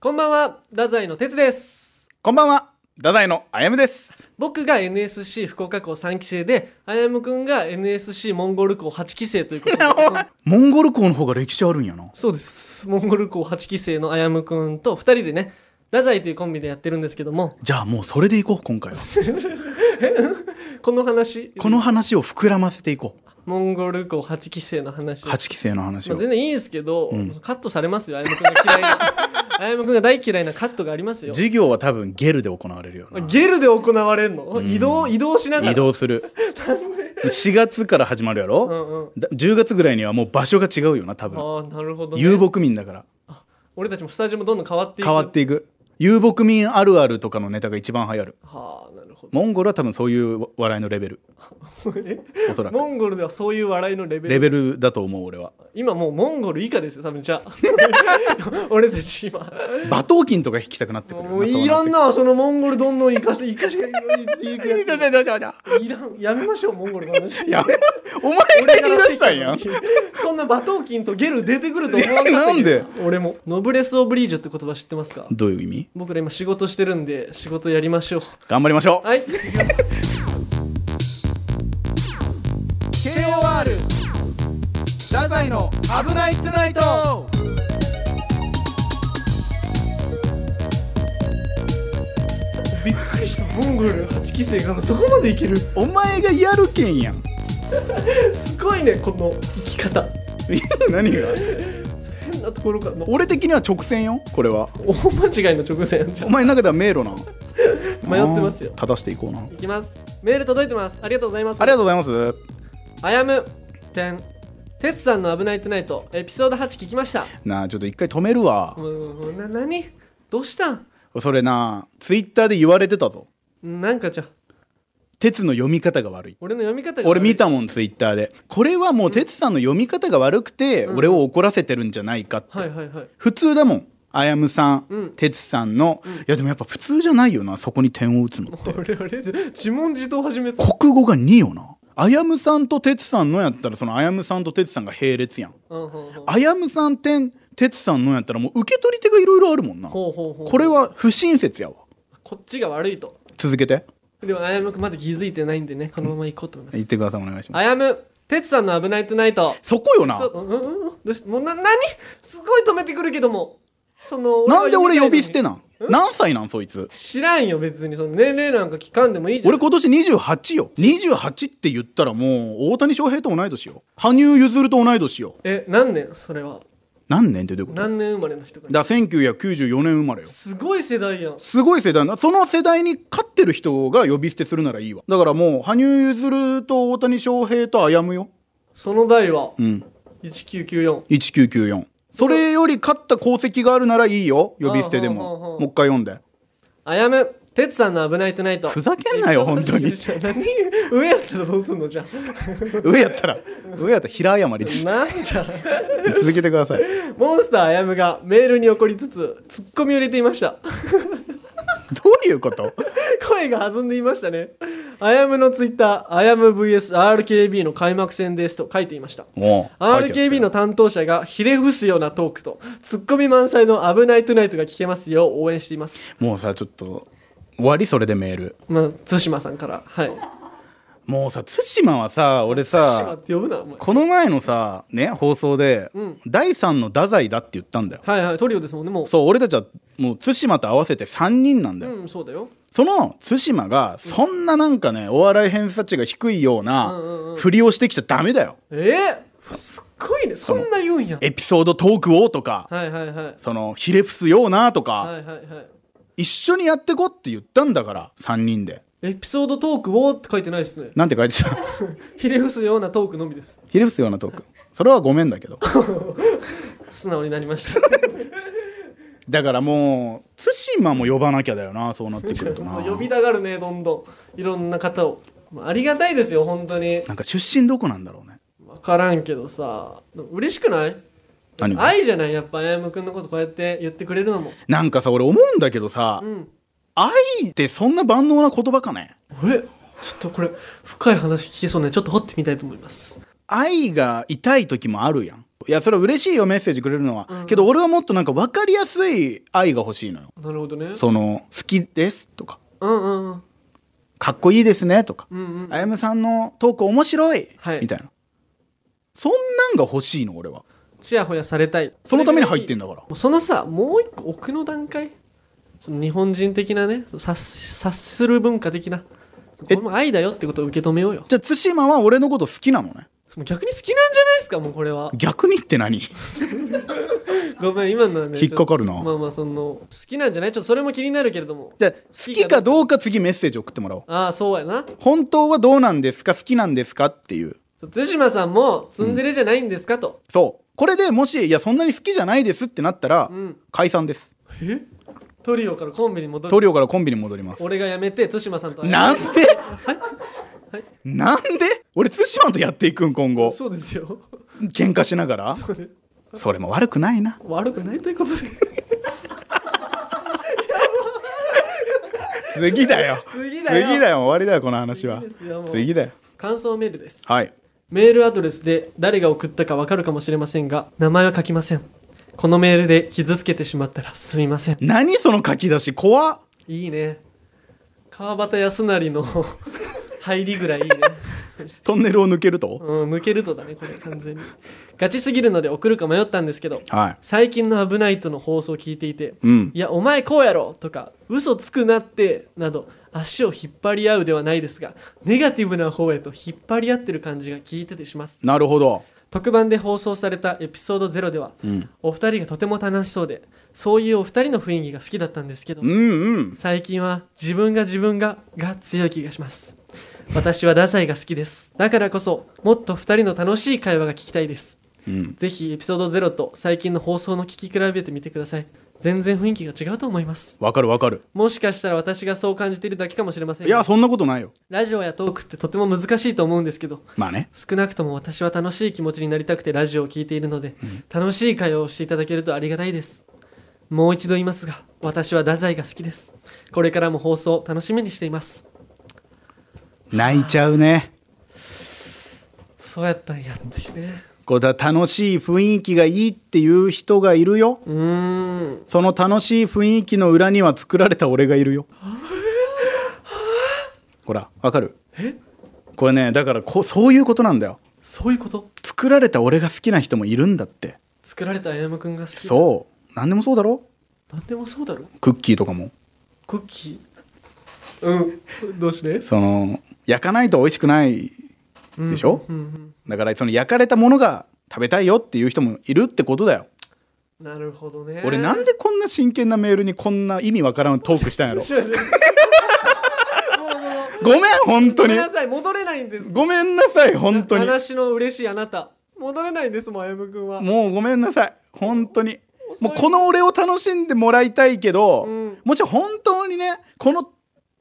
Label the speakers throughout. Speaker 1: こんばんは、太宰の哲です。
Speaker 2: こんばんは、太宰のあやむです。
Speaker 1: 僕が NSC 福岡校3期生で、あやむくんが NSC モンゴル校8期生ということ で、
Speaker 2: モンゴル校の方が歴史あるんやな。
Speaker 1: そうです。モンゴル校8期生のあやむくんと2人でね、太宰というコンビでやってるんですけども、
Speaker 2: じゃあもうそれでいこう、今 回は。
Speaker 1: この話、
Speaker 2: この話を膨らませていこ
Speaker 1: モンゴル校8期生の話
Speaker 2: う。。8期生の話
Speaker 1: まあ
Speaker 2: を。
Speaker 1: 全然いいんですけど、
Speaker 2: ん
Speaker 1: カットされますよ、あやむくんが嫌いな。 あやむくんが大嫌いなカットがありますよ。
Speaker 2: 授業は多分ゲルで行われるよな。
Speaker 1: ゲルで行われんの、移動、移動しながら。
Speaker 2: 移動する。4月から始まるやろ、
Speaker 1: うんうん。
Speaker 2: だ10月ぐらいにはもう場所が違うよな、多分。
Speaker 1: ああ、なるほど、ね。
Speaker 2: 遊牧民だから。
Speaker 1: 俺たちもスタジオもどんどん変わっていく
Speaker 2: 変わっていく。遊牧民あるあるとかのネタが一番流行る。
Speaker 1: はあなるほど
Speaker 2: モンゴルは多分そういう笑いのレベル。
Speaker 1: え
Speaker 2: おそらく。
Speaker 1: モンゴルではそういう笑いのレベル
Speaker 2: レベルだと思う、俺は。
Speaker 1: 今もうモンゴル以下ですよ多分じゃあ 俺たち今
Speaker 2: 馬頭筋とか弾きたくなってくるよな
Speaker 1: もう
Speaker 2: そうなってく
Speaker 1: い
Speaker 2: る
Speaker 1: らんなそのモンゴルどんどん生かして生かしていくや
Speaker 2: じゃじゃじゃじゃ
Speaker 1: ついらんやめましょうモンゴルの話
Speaker 2: やめお前が言い出したんやん
Speaker 1: そんな馬頭筋とゲル出てくると思わなかったけど
Speaker 2: いや
Speaker 1: 俺もノブレス・オブリージュって言葉知ってますか
Speaker 2: どういう意味
Speaker 1: 僕ら今仕事してるんで仕事やりましょう
Speaker 2: 頑張りましょう
Speaker 1: はい KOR
Speaker 2: 太宰の危ないトゥナイト
Speaker 1: びっくりしたモンゴル8期生からそこまでいける
Speaker 2: お前がやるけんやん
Speaker 1: すごいねこの生き方
Speaker 2: 何が
Speaker 1: 変なところからの
Speaker 2: 俺的には直線よこれは
Speaker 1: 大間違いの直線じゃ
Speaker 2: お
Speaker 1: ん
Speaker 2: 前の中では迷路な迷
Speaker 1: 迷ってますよ
Speaker 2: 正していこうなあり
Speaker 1: いきますメール届いてますありがとうございます
Speaker 2: がとうございます
Speaker 1: あやむ点てつさんの「危ないトゥナイト」エピソード8聞きました
Speaker 2: なあちょっと一回止めるわ
Speaker 1: もうな何どうしたん
Speaker 2: それなツイッターで言われてたぞ
Speaker 1: なんかじゃ
Speaker 2: 鉄の読み方が悪い
Speaker 1: 俺の読み方が
Speaker 2: 俺見たもんツイッターでこれはもう鉄さんの読み方が悪くて俺を怒らせてるんじゃないかって
Speaker 1: はいはいはい
Speaker 2: 普通だもんあやむさん、
Speaker 1: うん
Speaker 2: てつさんの、いやでもやっぱ普通じゃないよなそこに点を打つのって
Speaker 1: 俺あれ自問自答始めた
Speaker 2: 国語が2よなあやむさんとてつさんのやったらそのあやむさんとてつさんが並列やん
Speaker 1: うんうんうん
Speaker 2: あやむさん点てつさんのやったらもう受け取り手がいろいろあるもんなこ
Speaker 1: ほうほうほう
Speaker 2: れは不親切やわ
Speaker 1: こっちが悪いと
Speaker 2: 続けて
Speaker 1: でもあやむくんまだ気づいてないんでねこのまま行こうと思います
Speaker 2: 言ってくださいお願いします
Speaker 1: あやむ、てつさんの危ないトゥナイト。
Speaker 2: そこよな
Speaker 1: そう、うんうんうん、どうしもうな、何すごい止めてくるけども。その、
Speaker 2: なんで俺
Speaker 1: は読
Speaker 2: 呼
Speaker 1: み
Speaker 2: び
Speaker 1: た
Speaker 2: 捨
Speaker 1: い
Speaker 2: て
Speaker 1: のに
Speaker 2: なん何歳なんそいつ
Speaker 1: 知らんよ、別に。その年齢なんか聞かんでもいいじゃん。
Speaker 2: 俺今年28よ28って言ったらもう大谷翔平と同い年よ羽生結弦と同い年よ
Speaker 1: え、何年それは。
Speaker 2: 何年ってどういうこと
Speaker 1: 何年生まれの人か。
Speaker 2: だから1994年生まれよ
Speaker 1: すごい世代やん。
Speaker 2: すごい世代なその世代に勝ってる人が呼び捨てするならいいわだからもう羽生結弦と大谷翔平と歩むよ
Speaker 1: その代は、
Speaker 2: うん
Speaker 1: 1994。
Speaker 2: 1994それより勝った功績があるならいいよ呼び捨てで
Speaker 1: ああほうほうほ
Speaker 2: も
Speaker 1: う
Speaker 2: もう一回読んで
Speaker 1: あやむ、てつさんの危ないトゥナイト。
Speaker 2: ふざけんな よ本当に
Speaker 1: じゃあ何上やったらどうすんのじゃ
Speaker 2: 上やったら上やったら平謝り で
Speaker 1: あ。
Speaker 2: す
Speaker 1: なんじゃ。
Speaker 2: 続けてくださいど
Speaker 1: モンスターあやむがメールに怒りつつ、ツッコミを入れていました。
Speaker 2: ういうこと
Speaker 1: 声が弾んでいましたね。あやむのツイッター、あやむ VSRKB の開幕戦ですと書いていました。
Speaker 2: もう
Speaker 1: RKB の担当者がひれ伏すようなトークと、ツッコミ満載の危ないトゥナイトが聞けますよう応援しています。
Speaker 2: もうさちょっと終わりそれでメール
Speaker 1: まあ、津島さんから。はい。
Speaker 2: もうさ対馬はさ俺
Speaker 1: 津島
Speaker 2: さ
Speaker 1: って呼ぶな、お前。
Speaker 2: この前のさね放送で、
Speaker 1: ん
Speaker 2: 第3の太宰だって言ったんだよ
Speaker 1: はいはい、トリオですもんね、もう。
Speaker 2: そう俺たちはもう対馬と合わせて3人なんだよ、
Speaker 1: うん、そうだよ。
Speaker 2: その対馬がそんななんかね、お笑い偏差値が低いよう
Speaker 1: うんうんう
Speaker 2: なんふりをしてきちゃダメだよ
Speaker 1: えー、すっごいね。そんな言うんや。
Speaker 2: エピソードトークをとか、
Speaker 1: はいはいはい。
Speaker 2: そのひれ伏すようなとか、
Speaker 1: はいはいはい。
Speaker 2: 一緒にやってこって言ったんだから3人で
Speaker 1: エピソードトークをって書いてないですね。
Speaker 2: なんて書いてた
Speaker 1: ひれ伏すようなトークのみです。
Speaker 2: ひれ伏すようなトークそれはごめんだけど
Speaker 1: 素直になりました。
Speaker 2: だからもう対馬も呼ばなきゃだよなそうなってくるとな
Speaker 1: 呼びたがるねどんどんいろんな方を、まあ、ありがたいですよ本当に
Speaker 2: なんか出身どこなんだろうね
Speaker 1: 分からんけどさ嬉しくない
Speaker 2: 何が
Speaker 1: 愛じゃないやっぱあやむくんのことこうやって言ってくれるのも
Speaker 2: なんかさ俺思うんだけどさ、
Speaker 1: うん
Speaker 2: 愛ってそんな万能な言葉かね
Speaker 1: えちょっとこれ深い話聞けそうねちょっと掘ってみたいと思います
Speaker 2: 愛が痛い時もあるやんといやそれは嬉しいよメッセージくれるのは、
Speaker 1: うん
Speaker 2: けど俺はもっとなんか分かりやすい愛が欲しいのよ
Speaker 1: なるほどね
Speaker 2: その好きですとか
Speaker 1: うんうんうん
Speaker 2: かっこいいですねとか、
Speaker 1: うんうん
Speaker 2: あやむさんのトーク面白い、
Speaker 1: はい
Speaker 2: みたいなそんなんが欲しいの俺は
Speaker 1: ちやほやされたい
Speaker 2: そのために入ってんだから
Speaker 1: もうそのさもう一個奥の段階その日本人的なね察察する文化的なこ
Speaker 2: え
Speaker 1: れも愛だよってことを受け止めようよ
Speaker 2: じゃあ対馬は俺のこと好きなのね
Speaker 1: もう逆に好きなんじゃないですかもうこれは
Speaker 2: 逆にっ て何
Speaker 1: ごめん今のはね
Speaker 2: 引っかかるな
Speaker 1: ちょっとまあまあその好きなんじゃないちょっとそれも気になるけれども
Speaker 2: じゃあ好きかどうか次メッセージ送ってもらおう
Speaker 1: ああそうやな
Speaker 2: 本当はどうなんですか好きなんですかっていう
Speaker 1: そう対馬さんもツンデレじゃないんですかと、
Speaker 2: そうこれでもしいやそんなに好きじゃないですってなったら、
Speaker 1: うん
Speaker 2: 解散です
Speaker 1: トリオからコンビに戻
Speaker 2: ト
Speaker 1: る
Speaker 2: リオからコンビに戻ります
Speaker 1: 俺が辞めて対馬さんと会える
Speaker 2: なんで なんで俺対馬とやっていくん今後
Speaker 1: そうですよ
Speaker 2: 喧嘩しながら
Speaker 1: そうね
Speaker 2: それも悪くないな
Speaker 1: 悪くないということで
Speaker 2: 次だよ
Speaker 1: 次だよ
Speaker 2: 次だよ終わりだよこの話は
Speaker 1: 次ですよもう
Speaker 2: 次だよ
Speaker 1: 感想メールです
Speaker 2: はい
Speaker 1: メールアドレスで誰が送ったかわかるかもしれませんが名前は書きませんこのメールで傷つけてしまったらすみません
Speaker 2: 何その書き出し怖っ
Speaker 1: いいね川端康成の 入りぐらいいいね
Speaker 2: トンネルを抜けると、
Speaker 1: うん抜けるとだねこれ完全にガチすぎるので送るか迷ったんですけど
Speaker 2: はい
Speaker 1: 最近の「危ないと」の放送を聞いていて「
Speaker 2: うん
Speaker 1: いやお前こうやろ」とか「嘘つくなって」など足を引っ張り合うではないですがネガティブな方へと引っ張り合ってる感じが聞いててします
Speaker 2: なるほど
Speaker 1: 特番で放送されたエピソード0では、
Speaker 2: ん
Speaker 1: お二人がとても楽しそうでそういうお二人の雰囲気が好きだったんですけど、
Speaker 2: うんうん
Speaker 1: 最近は自分が自分がが強い気がします私は太宰が好きですだからこそもっと二人の楽しい会話が聞きたいです
Speaker 2: うん
Speaker 1: ぜひエピソード0と最近の放送の聞き比べてみてください全然雰囲気が違うと思います
Speaker 2: わかるわかる
Speaker 1: もしかしたら私がそう感じているだけかもしれません
Speaker 2: いやそんなことないよ
Speaker 1: ラジオやトークってとても難しいと思うんですけど
Speaker 2: まあね
Speaker 1: 少なくとも私は楽しい気持ちになりたくてラジオを聞いているので、楽しい会話をしていただけるとありがたいですもう一度言いますが私は太宰が好きですこれからも放送を楽しみにしています
Speaker 2: 泣いちゃうね
Speaker 1: そうやったんやっていうね
Speaker 2: こうだ楽しい雰囲気がいいっていう人がいるよ
Speaker 1: うーん
Speaker 2: その楽しい雰囲気の裏には作られた俺がいるよほらわかるこれねだからこうそういうことなんだよ
Speaker 1: そういうこと
Speaker 2: 作られた俺が好きな人もいるんだって
Speaker 1: 作られたあやむくんが好き
Speaker 2: そう何でもそうだろ
Speaker 1: なんでもそうだろ
Speaker 2: クッキーとかも
Speaker 1: クッキーうんどうして
Speaker 2: その焼かないと美味しくないでしょ、
Speaker 1: うんうん
Speaker 2: だからその焼かれたものが食べたいよっていう人もいるってことだよ
Speaker 1: なるほどね
Speaker 2: 俺 なんでこんな真剣なメールにこんな意味わからんトークしたんやろ
Speaker 1: 違う違うもうもう
Speaker 2: ごめん本当
Speaker 1: ごめん
Speaker 2: に
Speaker 1: なさい戻れないんです
Speaker 2: ごめんなさい本当に
Speaker 1: 話の嬉しいあなた戻れないんですもんあやむくんは
Speaker 2: もうごめんなさい本当に
Speaker 1: 遅い
Speaker 2: もうこの俺を楽しんでもらいたいけど、
Speaker 1: うん
Speaker 2: もちろん本当にねこの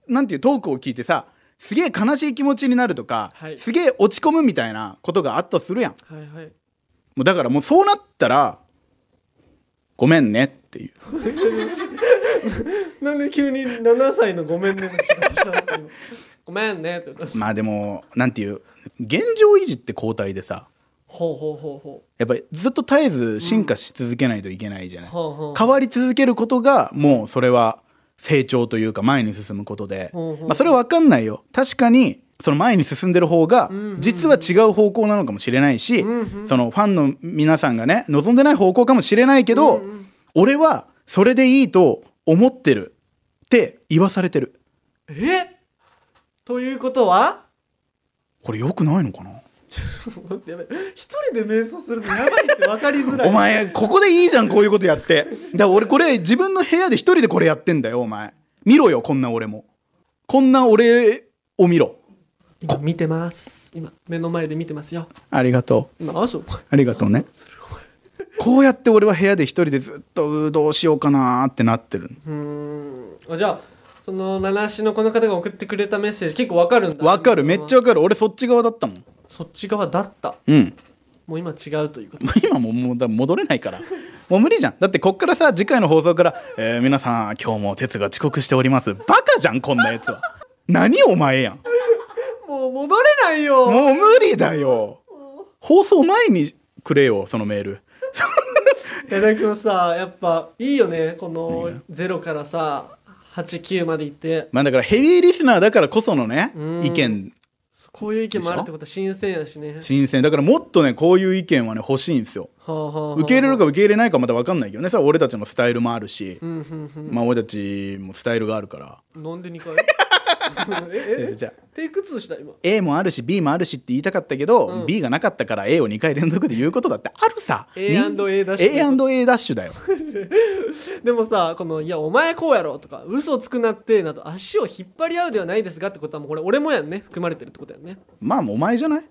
Speaker 2: なんていうトークを聞いてさすげえ悲しい気持ちになるとか、
Speaker 1: はい
Speaker 2: すげえ落ち込むみたいなことがあったとするやん
Speaker 1: はいはい
Speaker 2: もうだからもうそうなったらごめんねっていう
Speaker 1: なんで急に7歳のごめんねの人がしたんですか今 ごめんねって言った
Speaker 2: まあでもなんていう現状維持って交代でさ
Speaker 1: ほうほうほうほ
Speaker 2: やっぱりずっと絶えず進化し続けないといけないじゃない、
Speaker 1: うほうほう
Speaker 2: 変わり続けることがもうそれは成長というか前に進むことで、
Speaker 1: ほうほう
Speaker 2: まあ、それは分かんないよ確かにその前に進んでる方が
Speaker 1: んうんうん
Speaker 2: 実は違う方向なのかもしれないし、
Speaker 1: うんうん
Speaker 2: そのファンの皆さんがね望んでない方向かもしれないけど、
Speaker 1: うんうん
Speaker 2: 俺はそれでいいと思ってるって言わされてる
Speaker 1: えということは
Speaker 2: これ良くないのかな
Speaker 1: 待ってやばい一人で瞑想するのやばいって分かりづらい
Speaker 2: お前ここでいいじゃんこういうことやってだから俺これ自分の部屋で一人でこれやってんだよお前見ろよこんな俺もこんな俺を見ろ
Speaker 1: 今見てます今目の前で見てますよ
Speaker 2: ありがとう
Speaker 1: 今あそうお前
Speaker 2: ありがとうねこうやって俺は部屋で一人でずっとどうしようかなーってなってる
Speaker 1: うーんあじゃあその七しのこの方が送ってくれたメッセージ結構わかるんだ
Speaker 2: わかるめっちゃわかる俺そっち側だったもん
Speaker 1: そっち側だった
Speaker 2: うん
Speaker 1: もう今違うということ
Speaker 2: 今ももうだ戻れないからもう無理じゃんだってこっからさ次回の放送から「えー皆さん今日も哲が遅刻しております」バカじゃんこんなやつは何お前やん
Speaker 1: もう戻れないよ
Speaker 2: もう無理だよ放送前にくれよそのメール
Speaker 1: いやだけどさやっぱいいよねこ
Speaker 2: 何
Speaker 1: の
Speaker 2: が
Speaker 1: 0からさ89までいって
Speaker 2: まあだからヘビーリスナーだからこそのね
Speaker 1: うん
Speaker 2: 意見
Speaker 1: こういう意見もあるってことは新鮮やしね
Speaker 2: 新鮮だからもっとねこういう意見はね欲しいんですよ
Speaker 1: はあはあはあ
Speaker 2: 受け入れるか受け入れないかまた分かんないけどねそれは俺たちのスタイルもあるし、
Speaker 1: うんうんうん
Speaker 2: まあ俺たちもスタイルがあるから
Speaker 1: なんで2回
Speaker 2: 違う
Speaker 1: え
Speaker 2: 違う違う
Speaker 1: えテイク2した今
Speaker 2: A もあるし B もあるしって言いたかったけど、
Speaker 1: うん
Speaker 2: B がなかったから A を2回連続で言うことだってあるさ
Speaker 1: A&A ダッシュ
Speaker 2: A&A ダッシュだよ
Speaker 1: でもさこの「いやお前こうやろ」とか「嘘をつくなって」など足を引っ張り合うではないですがってことはもうこれ俺もやんね含まれてるってことやんね
Speaker 2: まあもうお前じゃない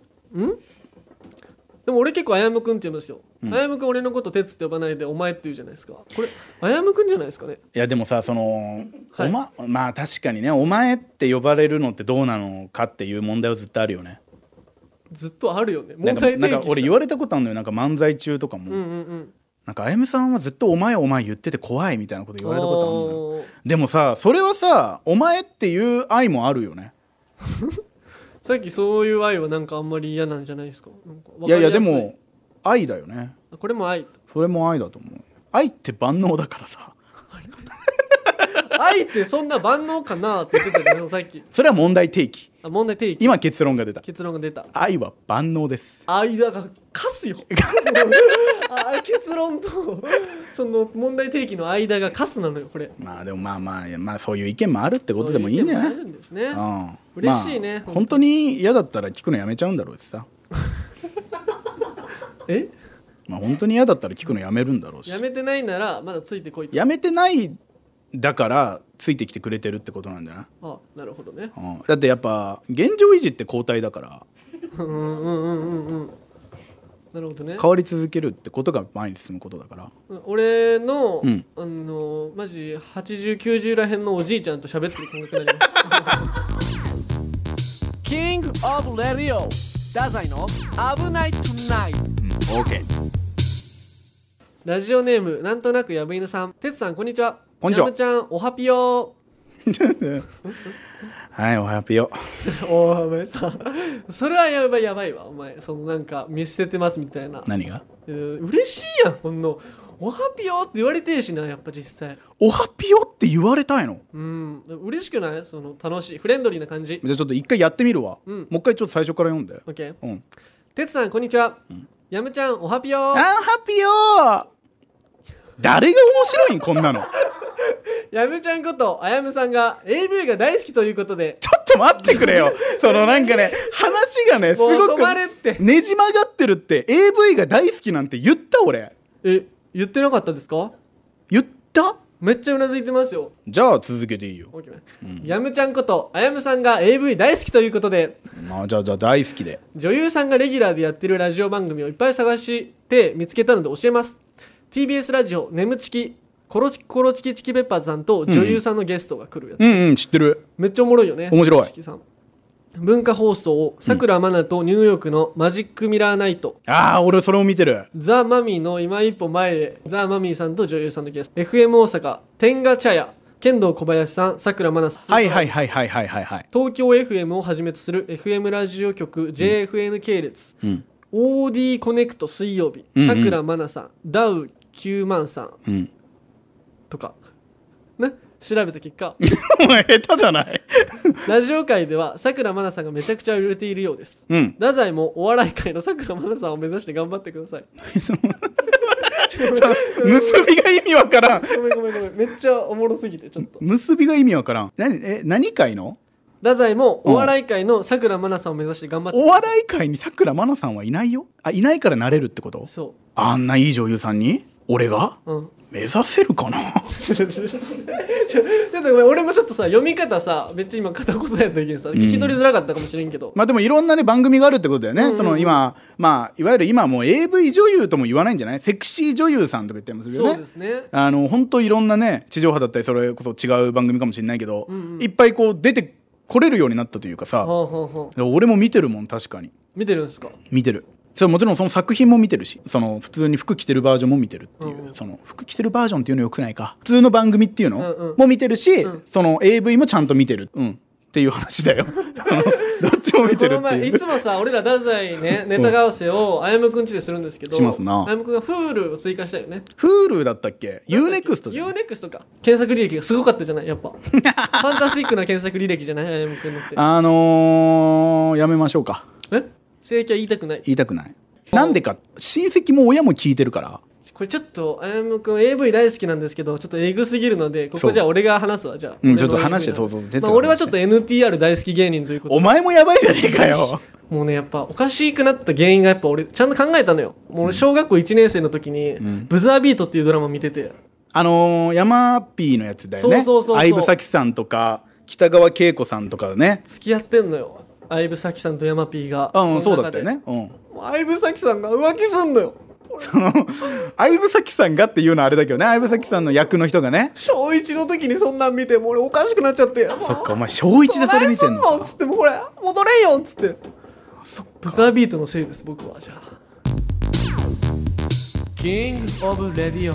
Speaker 1: でも俺結構あやむくんって呼ぶんですよ、
Speaker 2: うん
Speaker 1: あやむくん俺のこと「鉄」って呼ばないで「お前」って言うじゃないですかこれあやむくんじゃないですかね
Speaker 2: いやでもさその、
Speaker 1: はい
Speaker 2: おままあ確かにねお前って呼ばれるのってどうなのかっていう問題はずっとあるよね
Speaker 1: ずっとあるよね問
Speaker 2: なんか
Speaker 1: 題提
Speaker 2: なん
Speaker 1: 起し
Speaker 2: か
Speaker 1: た
Speaker 2: 俺言われたことあるのよなんか漫才中とかも、
Speaker 1: うんうんうん
Speaker 2: なんかあやめさんはずっと「お前お前」言ってて怖いみたいなこと言われたことあるのよ
Speaker 1: おー
Speaker 2: でもさそれはさお前っていう愛もあるよね
Speaker 1: さっきそういう愛はなんかあんまり嫌なんじゃないですかなんかわか
Speaker 2: い
Speaker 1: り
Speaker 2: や
Speaker 1: や
Speaker 2: い
Speaker 1: す
Speaker 2: やでも愛だよね
Speaker 1: あこれも愛
Speaker 2: それも愛だと思う愛って万能だからさ
Speaker 1: 愛ってそんな万能かなって言ってたけどさっき
Speaker 2: それは問題提起
Speaker 1: あ問題提起
Speaker 2: 今結論が出た
Speaker 1: 結論が出た
Speaker 2: 愛は万能です
Speaker 1: 間がかすよあ結論とその問題提起の間がかすなのよこれ
Speaker 2: まあでもまあまあまあそういう意見もあるってことでもいいんじゃない
Speaker 1: そうう意見もあるんですね
Speaker 2: うん
Speaker 1: 嬉しいね
Speaker 2: まあ本当に嫌だったら聞くのやめちゃうんだろうしさ
Speaker 1: え
Speaker 2: まあ本当に嫌だったら聞くのやめるんだろうし
Speaker 1: やめてないならまだついてこいって
Speaker 2: やめてないだからついてきてくれてるってことなんだよな
Speaker 1: あなるほどね
Speaker 2: うんだってやっぱ現状維持って交代だから
Speaker 1: うんうんうんうんうんなるほどね
Speaker 2: 変わり続けるってことが前に進むことだから
Speaker 1: 俺の、
Speaker 2: うん
Speaker 1: あのマジ8090らへんのおじいちゃんと喋ってる感覚になり ますキング・オブ・レディオダザイの「危ないトゥナイト
Speaker 2: うん OK」
Speaker 1: ラジオネームなんとなくやぶ犬さんてつさんこんにちは
Speaker 2: こんにちは
Speaker 1: やぶちゃんおはぴよ
Speaker 2: はいおはぴよ
Speaker 1: ー おーお前さ それはやばいやばいわお前そのなんか見捨ててますみたいな、
Speaker 2: 何が
Speaker 1: えー嬉しいやんほんのおはぴよーって言われてえしなやっぱ実際
Speaker 2: おはぴよって言われたいの
Speaker 1: うん嬉しくないその楽しいフレンドリーな感じ
Speaker 2: じゃあちょっと一回やってみるわ、
Speaker 1: うん
Speaker 2: もう一回ちょっと最初から読んで
Speaker 1: オッケー
Speaker 2: うん
Speaker 1: てつさんこんにちは、やむちゃんおはぴよ
Speaker 2: あ
Speaker 1: ー
Speaker 2: ハピよ誰が面白いんこんなの
Speaker 1: やむちゃんことあやむさんが AV が大好きということで
Speaker 2: ちょっと待ってくれよそのなんかね話がねす
Speaker 1: もう
Speaker 2: ご
Speaker 1: 止まれって
Speaker 2: くねじ曲がってるって AV が大好きなんて言った俺
Speaker 1: え言ってなかったですか
Speaker 2: 言った
Speaker 1: めっちゃうなずいてますよ
Speaker 2: じゃあ続けていいよ
Speaker 1: オッケーやむちゃんことあやむさんが AV 大好きということで
Speaker 2: まあじゃあじゃあ大好きで
Speaker 1: 女優さんがレギュラーでやってるラジオ番組をいっぱい探して見つけたので教えます TBS ラジオ「眠ちき」コロチコロチキチキペッパーズさんと女優さんのゲストが来るやつ、
Speaker 2: うんうん知ってる
Speaker 1: めっちゃおもろいよね
Speaker 2: 面白い
Speaker 1: 五木さん文化放送さくらまなとニューヨークのマジックミラーナイト、
Speaker 2: ああ俺それを見てる
Speaker 1: ザ・マミーの今一歩前へザ・マミーさんと女優さんのゲスト FM 大阪天下茶屋剣道小林さんさくらまなさん
Speaker 2: はいはいはいはいはいはいはい
Speaker 1: 東京 FM をはじめとする FM ラジオ局 JFN 系列、
Speaker 2: うん
Speaker 1: OD コネクト水曜日
Speaker 2: うんうん
Speaker 1: さくらまなさんダウ9万さん
Speaker 2: うん
Speaker 1: とかね調べた結 果
Speaker 2: お前下手じゃない
Speaker 1: ラジオ界ではさくらまなさんがめちゃくちゃ売れているようです
Speaker 2: うん
Speaker 1: 太宰もお笑い界のさくらまなさんを目指して頑張ってくださ い
Speaker 2: 結びが意味わからん
Speaker 1: ごめんごめんごめんめっちゃおもろすぎてちょっと
Speaker 2: 結びが意味わからん何え何回の
Speaker 1: 太宰もお笑い界のさくらまなさんを目指して頑張って
Speaker 2: お笑い界にさくらまなさんはいないよあいないからなれるってこと
Speaker 1: そ
Speaker 2: あんないい女優さんに俺が
Speaker 1: ううん
Speaker 2: 目指せるかな
Speaker 1: ちょっとごめん俺もちょっとさ読み方さめっちゃ今片言やったけんさ聞き取りづらかったかもしれんけど、
Speaker 2: まあでもいろんなね番組があるってことだよね、
Speaker 1: うんうんうん
Speaker 2: その今まあいわゆる今もう AV 女優とも言わないんじゃないセクシー女優さんとか言ったりもするよね
Speaker 1: そうですね
Speaker 2: あの本当いろんなね地上波だったりそれこそ違う番組かもしれないけど、
Speaker 1: んうん
Speaker 2: いっぱいこう出てこれるようになったというかさ、
Speaker 1: ほうほうほう
Speaker 2: 俺も見てるもん確かに
Speaker 1: 見てるんですか
Speaker 2: 見てるそれもちろんその作品も見てるしその普通に服着てるバージョンも見てるっていう、
Speaker 1: うんうん
Speaker 2: その服着てるバージョンっていうのよくないか普通の番組っていうの
Speaker 1: うんうん
Speaker 2: も見てるし、
Speaker 1: うん
Speaker 2: その AV もちゃんと見てる、うん、っていう話だよそのどっちも見て
Speaker 1: こ
Speaker 2: る
Speaker 1: の
Speaker 2: って
Speaker 1: 前
Speaker 2: い
Speaker 1: いうつもさ俺ら太宰ねネタ合わせをあやむくんちでするんですけど
Speaker 2: しますな
Speaker 1: あやむくんが Hulu を追加したよね
Speaker 2: Hulu だったっけ UNEXT じゃん
Speaker 1: UNEXT か検索履歴がすごかったじゃないやっ ぱファンタスティックな検索履歴じゃないあやむくんのって
Speaker 2: あのー、やめましょうか
Speaker 1: え正規は言いたくない
Speaker 2: 言いたくないなんでか親戚も親も聞いてるから
Speaker 1: これちょっとあやむくん AV 大好きなんですけどちょっとエグすぎるのでここじゃあ俺が話すわじゃあ、
Speaker 2: うん
Speaker 1: 俺の
Speaker 2: ちょっと話して
Speaker 1: AV
Speaker 2: そうそう哲也
Speaker 1: ま
Speaker 2: の
Speaker 1: あ、
Speaker 2: 話
Speaker 1: 俺はちょっと NTR 大好き芸人ということで
Speaker 2: お前もやばいじゃねえかよ
Speaker 1: もうねやっぱおかしくなった原因がやっぱ俺ちゃんと考えたのよもう俺小学校1年生の時に「
Speaker 2: ん
Speaker 1: ブザービート」っていうドラマ見てて
Speaker 2: あのー、山ピーのやつだよね
Speaker 1: そうそうそうそう
Speaker 2: 相武咲さんとか北川景子さんとかだね
Speaker 1: 付き合ってんのよ相武咲さんと山 P が
Speaker 2: あうんそう
Speaker 1: の
Speaker 2: だ
Speaker 1: 中
Speaker 2: っ
Speaker 1: で
Speaker 2: たよねうん
Speaker 1: もう相武咲さんが浮気すんのよ
Speaker 2: その相武咲さんがっていうのはあれだけどね相武咲さんの役の人がね
Speaker 1: 小1の時にそんなん見てもう俺おかしくなっちゃって
Speaker 2: そっかお前小一でそれ見てんの
Speaker 1: どないすんのっ
Speaker 2: か
Speaker 1: つってもうこれ戻れんよっつって
Speaker 2: そっ
Speaker 1: ブザービートのせいです僕はじゃあキングオブレディオ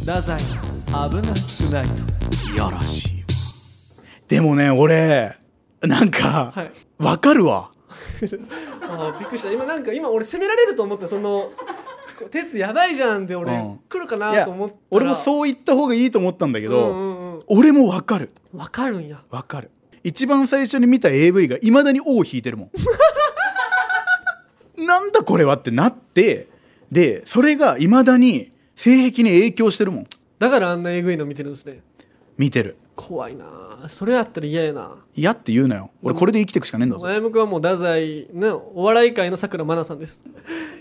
Speaker 1: 太宰危なくないと
Speaker 2: いやらしいわでもね俺なんか、
Speaker 1: はい
Speaker 2: わかるわ
Speaker 1: あーびっくりした今なんか今俺責められると思ったその「鉄やばいじゃん」で俺、
Speaker 2: うん
Speaker 1: 来るか
Speaker 2: い
Speaker 1: な
Speaker 2: や
Speaker 1: と思ったら
Speaker 2: 俺もそう言った方がいいと思ったんだけ
Speaker 1: う
Speaker 2: ど、
Speaker 1: んうんうん
Speaker 2: 俺もわかる
Speaker 1: わかるんや
Speaker 2: わかる一番最初に見た AV がいまだに「尾を引いてるも んなんだこれはってなってでそれがいまだに性癖に影響してるもん
Speaker 1: だからあんなえぐいの見てるんですね
Speaker 2: 見てる
Speaker 1: 怖いなあそれやったら嫌やな
Speaker 2: 嫌って言うなよ俺これで生きていくしかねえんだぞ
Speaker 1: あやむくんはもう太宰のお笑い界のさくらまなさん です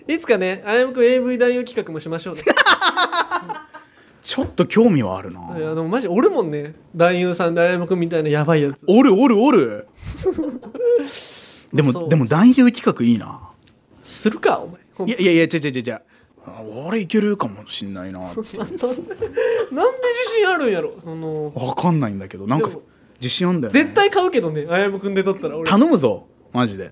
Speaker 1: いつかねあやむくん AV 男優企画もしましょうね
Speaker 2: ちょっと興味はあるない
Speaker 1: やでもマジおるもんね男優さんであやむくんみたいなやばいやつ
Speaker 2: おるおる おるで
Speaker 1: そ
Speaker 2: も
Speaker 1: う
Speaker 2: でも男優企画いいな
Speaker 1: するかお前ほん
Speaker 2: いやいやいや違う違う違う違うあ俺いけるかもしんないなって
Speaker 1: なんで自信あるんやろその
Speaker 2: わかんないんだけどなんか
Speaker 1: でも
Speaker 2: 自信あんだよ、ね、
Speaker 1: 絶対買うけどねあやむくんで撮ったら俺
Speaker 2: 頼むぞマジで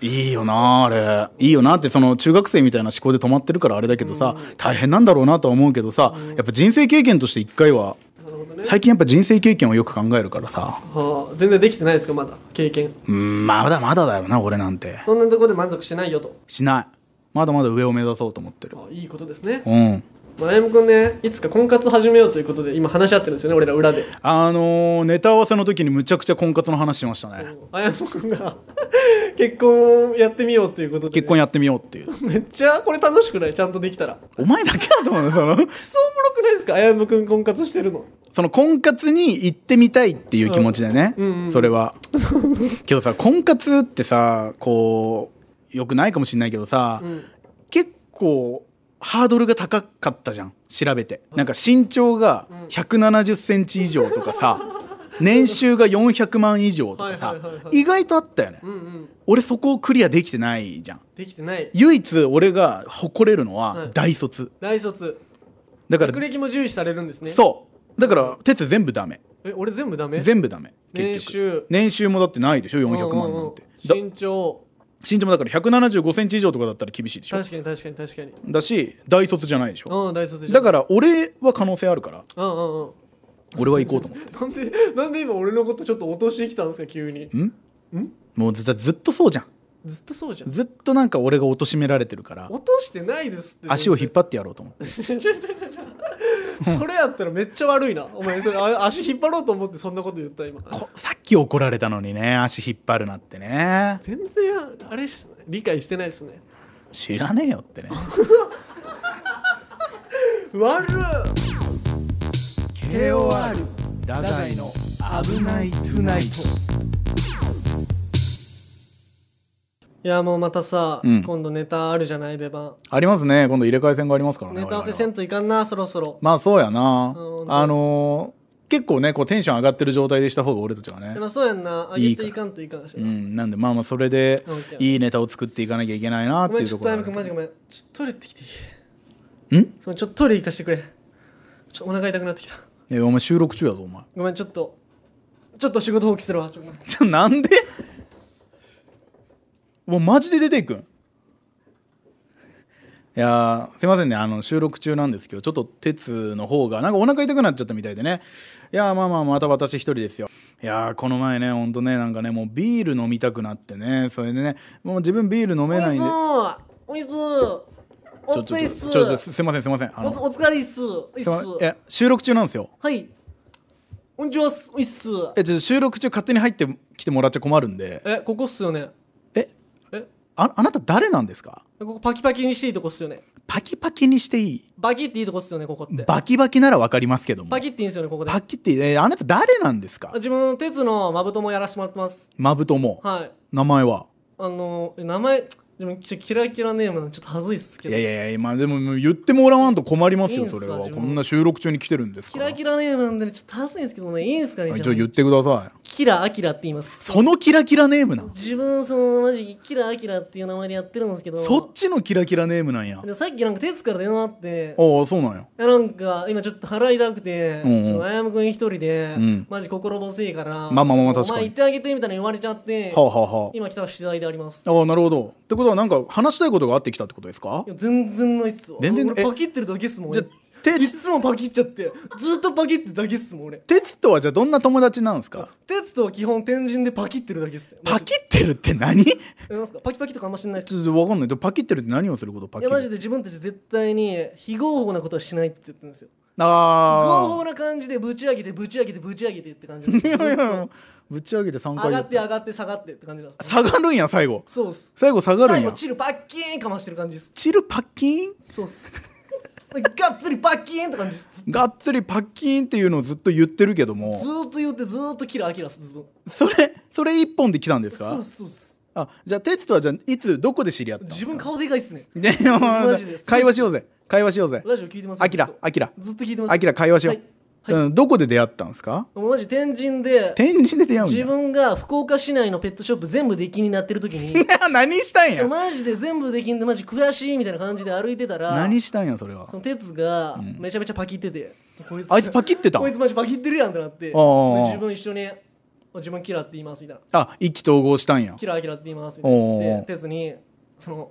Speaker 2: いいよなあれいいよなってその中学生みたいな思考で止まってるからあれだけどさ、大変なんだろうなとは思うけどさ、やっぱ人生経験として一回は
Speaker 1: なるほどね
Speaker 2: 最近やっぱ人生経験をよく考えるからさ
Speaker 1: はあ、全然できてないですかまだ経験
Speaker 2: うんまだまだだよな俺なんて
Speaker 1: そんなとこで満足してないよと
Speaker 2: しないまだまだ上を目指そうと思ってる
Speaker 1: あいいことですね
Speaker 2: うん
Speaker 1: まあ、M 君ねいつか婚活始めようということで今話し合ってるんですよね俺ら裏で
Speaker 2: あのーネタ合わせの時にむちゃくちゃ婚活の話しましたね
Speaker 1: あやむ君が結婚をやってみようということで、
Speaker 2: 結婚やってみようっていう
Speaker 1: めっちゃこれ楽しくないちゃんとできたら
Speaker 2: お前だけだと思うよその
Speaker 1: クソおもろくないですかあやむ君婚活してるの
Speaker 2: その婚活に行ってみたいっていう気持ちでね、
Speaker 1: うんうんうん
Speaker 2: それはけどさ婚活ってさこうよくないかもしれないけどさ、
Speaker 1: うん
Speaker 2: 結構ハードルが高かったじゃん調べてなんか身長が
Speaker 1: ん
Speaker 2: 1 7 0ンチ以上と かさ年収が400万以上とか
Speaker 1: は
Speaker 2: さ
Speaker 1: いはいはいはい
Speaker 2: 意外とあったよね、
Speaker 1: うんうん
Speaker 2: 俺そこをクリアできてないじゃん
Speaker 1: できてない
Speaker 2: 唯一俺が誇れるの
Speaker 1: は
Speaker 2: はい大卒、
Speaker 1: 大卒
Speaker 2: だから
Speaker 1: 学歴も重視されるんですね
Speaker 2: そうだから鉄全部ダメ
Speaker 1: え俺全部ダメ
Speaker 2: 全部ダメ結局
Speaker 1: 年収
Speaker 2: 年収もだってないでしょ400万
Speaker 1: う
Speaker 2: なん
Speaker 1: うん
Speaker 2: んて
Speaker 1: う
Speaker 2: だ
Speaker 1: ん身長
Speaker 2: 身長もだから175センチ以上とかだったら厳しいでしょ
Speaker 1: 確かに確かに確かに
Speaker 2: だし大卒じゃないでしょ
Speaker 1: うん大卒じゃん
Speaker 2: だから俺は可能性あるから
Speaker 1: らうんうんうん
Speaker 2: 俺は行こうと思っ
Speaker 1: なんで、なんで今俺のことちょっと落としてきたんですか、急に。
Speaker 2: てんもうずずっとそうじゃん
Speaker 1: ずっとそうじゃん。
Speaker 2: ずっとなんか俺が貶としめられてるから
Speaker 1: 落としてないですって。
Speaker 2: 足を引っ
Speaker 1: っ
Speaker 2: 張ってやろうと思って
Speaker 1: 張 それやったらめっちゃ悪いな。お前、それ あ足引っ張ろうと思ってそんなこと言った今。
Speaker 2: こさっき怒られたのにね足引っ張るなってね
Speaker 1: 全然、あれっすね理解してないですね。
Speaker 2: 知らねえよってね
Speaker 1: 悪っ
Speaker 2: KOR 太宰の「危ないトゥナイト」
Speaker 1: いや、もうまたさ、
Speaker 2: うん
Speaker 1: 今度ネタあるじゃない、出番。
Speaker 2: ありますね今度入れ替え戦がありますからね
Speaker 1: ネタ合わせ
Speaker 2: 我々は
Speaker 1: せんといかんな、そろそろ。
Speaker 2: まあそうやな
Speaker 1: うん
Speaker 2: あのー結構ねこうテンション上がってる状態でした方が俺たちは
Speaker 1: で
Speaker 2: ね
Speaker 1: もそうやんな、あ
Speaker 2: い
Speaker 1: げ
Speaker 2: いか
Speaker 1: て
Speaker 2: ら
Speaker 1: いかんといかんし
Speaker 2: う
Speaker 1: な。
Speaker 2: んなんでまあまあそれで
Speaker 1: オッケー
Speaker 2: いいネタを作っていかなきゃいけないなっ
Speaker 1: ご
Speaker 2: て
Speaker 1: めん、
Speaker 2: いう
Speaker 1: ち
Speaker 2: と
Speaker 1: ょっ
Speaker 2: ころ
Speaker 1: とあや
Speaker 2: は
Speaker 1: むくん、マ
Speaker 2: ある
Speaker 1: ジごめん。ちょっとトイレ行ってきていい
Speaker 2: ん
Speaker 1: そのちょっとトイレ行かしてくれ。ちょっとお腹痛くなってきた。
Speaker 2: いやお前収録中やぞお前
Speaker 1: ごめん、ちょっと。ちょっと仕事放棄するわ。ちょっとごめん
Speaker 2: じゃあなんでもうマジで出ていくんいやーすいませんねあの収録中なんですけどちょっと鉄の方がなんかお腹痛くなっちゃったみたいでねいやーまあまあまた私一人ですよいやーこの前ねほんとねなんかねもうビール飲みたくなってねそれでねもう自分ビール飲めないんで
Speaker 1: そうおいっす
Speaker 2: ち
Speaker 1: お
Speaker 2: ょ
Speaker 1: っ
Speaker 2: ち
Speaker 1: つ
Speaker 2: ょ
Speaker 1: い
Speaker 2: ち
Speaker 1: っ
Speaker 2: ょ
Speaker 1: す
Speaker 2: ちょちょすいませんすいませんあ
Speaker 1: お
Speaker 2: の
Speaker 1: お疲れいっすいっ
Speaker 2: すいますえ収録中なんですよ
Speaker 1: はいこんにちはっすいっす
Speaker 2: えちょっと収録中勝手に入ってきてもらっちゃ困るんで
Speaker 1: えここっすよね
Speaker 2: え
Speaker 1: え
Speaker 2: ああなた誰なんですか
Speaker 1: ここパキパキにしていいとこっすよね
Speaker 2: パキパキにしていい
Speaker 1: バキっていいとこっすよねここって
Speaker 2: バキバキならわかりますけども
Speaker 1: パキっていいんですよねここで
Speaker 2: パキって、えーあなた誰なんですか
Speaker 1: 自分鉄のまぶともやらしてもらってます
Speaker 2: マブとも
Speaker 1: はい
Speaker 2: 名前は
Speaker 1: あのー名前自分ちょキラキラネームなんでちょっと恥ずいっすけ
Speaker 2: い
Speaker 1: ど
Speaker 2: やいやいやまあでももう言ってもらわんと困ります
Speaker 1: いいん
Speaker 2: よ
Speaker 1: すか
Speaker 2: それは
Speaker 1: 自分
Speaker 2: こんな収録中に来てるんです
Speaker 1: キ
Speaker 2: から
Speaker 1: ラキラネームなんでねちょっと恥ずいんですけどねいいんすかね
Speaker 2: はい
Speaker 1: じゃ
Speaker 2: ちょ
Speaker 1: あ
Speaker 2: 言ってください
Speaker 1: キラアキラって言います
Speaker 2: そのキラキラネームなの
Speaker 1: 自分そのマジキラアキラっていう名前でやってるんですけど
Speaker 2: そっちのキラキラネームなんやあ
Speaker 1: でさっきなんか鉄から電話あって
Speaker 2: あそうなんや
Speaker 1: いやなんか今ちょっと払いたくて、
Speaker 2: うんうん
Speaker 1: そのあやむくん一人で、
Speaker 2: うん
Speaker 1: マジ心細いから
Speaker 2: まあまあまあまあ確
Speaker 1: お
Speaker 2: か
Speaker 1: 前
Speaker 2: に
Speaker 1: 行ってあげてみたいな言われちゃって、
Speaker 2: はあはあは
Speaker 1: 今来た取材であります
Speaker 2: あああなるほどってことはなんか話したいことがあってきたってことですか
Speaker 1: いや全然ないっすわ
Speaker 2: 全然
Speaker 1: 俺
Speaker 2: え
Speaker 1: パキってるだけっすもん
Speaker 2: じゃ
Speaker 1: 俺
Speaker 2: あて
Speaker 1: いつもパキっちゃってずっとパキってるだけっすもん俺
Speaker 2: 鉄とはじゃあどんな友達なんですか
Speaker 1: 鉄とは基本天神でパキってるだけっすね
Speaker 2: パキってるって何ち
Speaker 1: えなんすかパキパキとかあんましんないっす
Speaker 2: ょっと分かんないでもパキってるって何をすることパ
Speaker 1: い
Speaker 2: キ
Speaker 1: や
Speaker 2: って
Speaker 1: マジ
Speaker 2: る
Speaker 1: で自分たち絶対に非合法なことはしないって言ってるんですよ合
Speaker 2: あ
Speaker 1: 法
Speaker 2: あ
Speaker 1: な感じでぶち上げてぶち上げてぶち上げてって感じなん
Speaker 2: い
Speaker 1: ですよ
Speaker 2: やい
Speaker 1: ずっ
Speaker 2: や
Speaker 1: と
Speaker 2: ぶち上げて3回
Speaker 1: 上
Speaker 2: 言
Speaker 1: が
Speaker 2: っ
Speaker 1: って
Speaker 2: た
Speaker 1: 上がって下がってって感じなんですよ
Speaker 2: 下がるんや最後
Speaker 1: そうっす
Speaker 2: 最後下がるん
Speaker 1: 最後
Speaker 2: や
Speaker 1: チルパッキーンかましてる感じです
Speaker 2: チルパッキン
Speaker 1: そうっすがっつりパッキーンって感じです
Speaker 2: がっつりパッキンっていうのをずっと言ってるけど
Speaker 1: ず
Speaker 2: も
Speaker 1: ーっと言ってずーっとキラアキラっすずっと
Speaker 2: それそれ一本で来たんです
Speaker 1: そう
Speaker 2: か
Speaker 1: っすそうっす
Speaker 2: あじゃあ哲とはじゃあいつどこで知り合ったんです
Speaker 1: 自
Speaker 2: か
Speaker 1: 分顔でかいっすね
Speaker 2: でも
Speaker 1: マジです
Speaker 2: 会話しようぜ会話しようぜ
Speaker 1: ラジオ聞いてます
Speaker 2: あきら
Speaker 1: ずっと
Speaker 2: あきら
Speaker 1: ずっと聞いてます
Speaker 2: あきら会話しよう、
Speaker 1: はいは
Speaker 2: うん、どこで出会ったんですか
Speaker 1: もうマジ天神で
Speaker 2: 展示で出会うん
Speaker 1: 自
Speaker 2: や
Speaker 1: 分が福岡市内のペットショップ全部出禁になってる時に
Speaker 2: 何したん
Speaker 1: そ
Speaker 2: や
Speaker 1: のマジで全部出禁でマジ悔しいみたいな感じで歩いてたら
Speaker 2: 何したんやそれは
Speaker 1: その鉄がめちゃめちゃパキってて、こいつ
Speaker 2: あいつパキってた
Speaker 1: こいつマジパキってるやんってなってで
Speaker 2: ああ
Speaker 1: 自分一緒に自分キラって言いますみたいな
Speaker 2: あ意気投合したんや
Speaker 1: キラキラって言いますみたいな言
Speaker 2: おうおう
Speaker 1: っ
Speaker 2: おう
Speaker 1: て鉄にその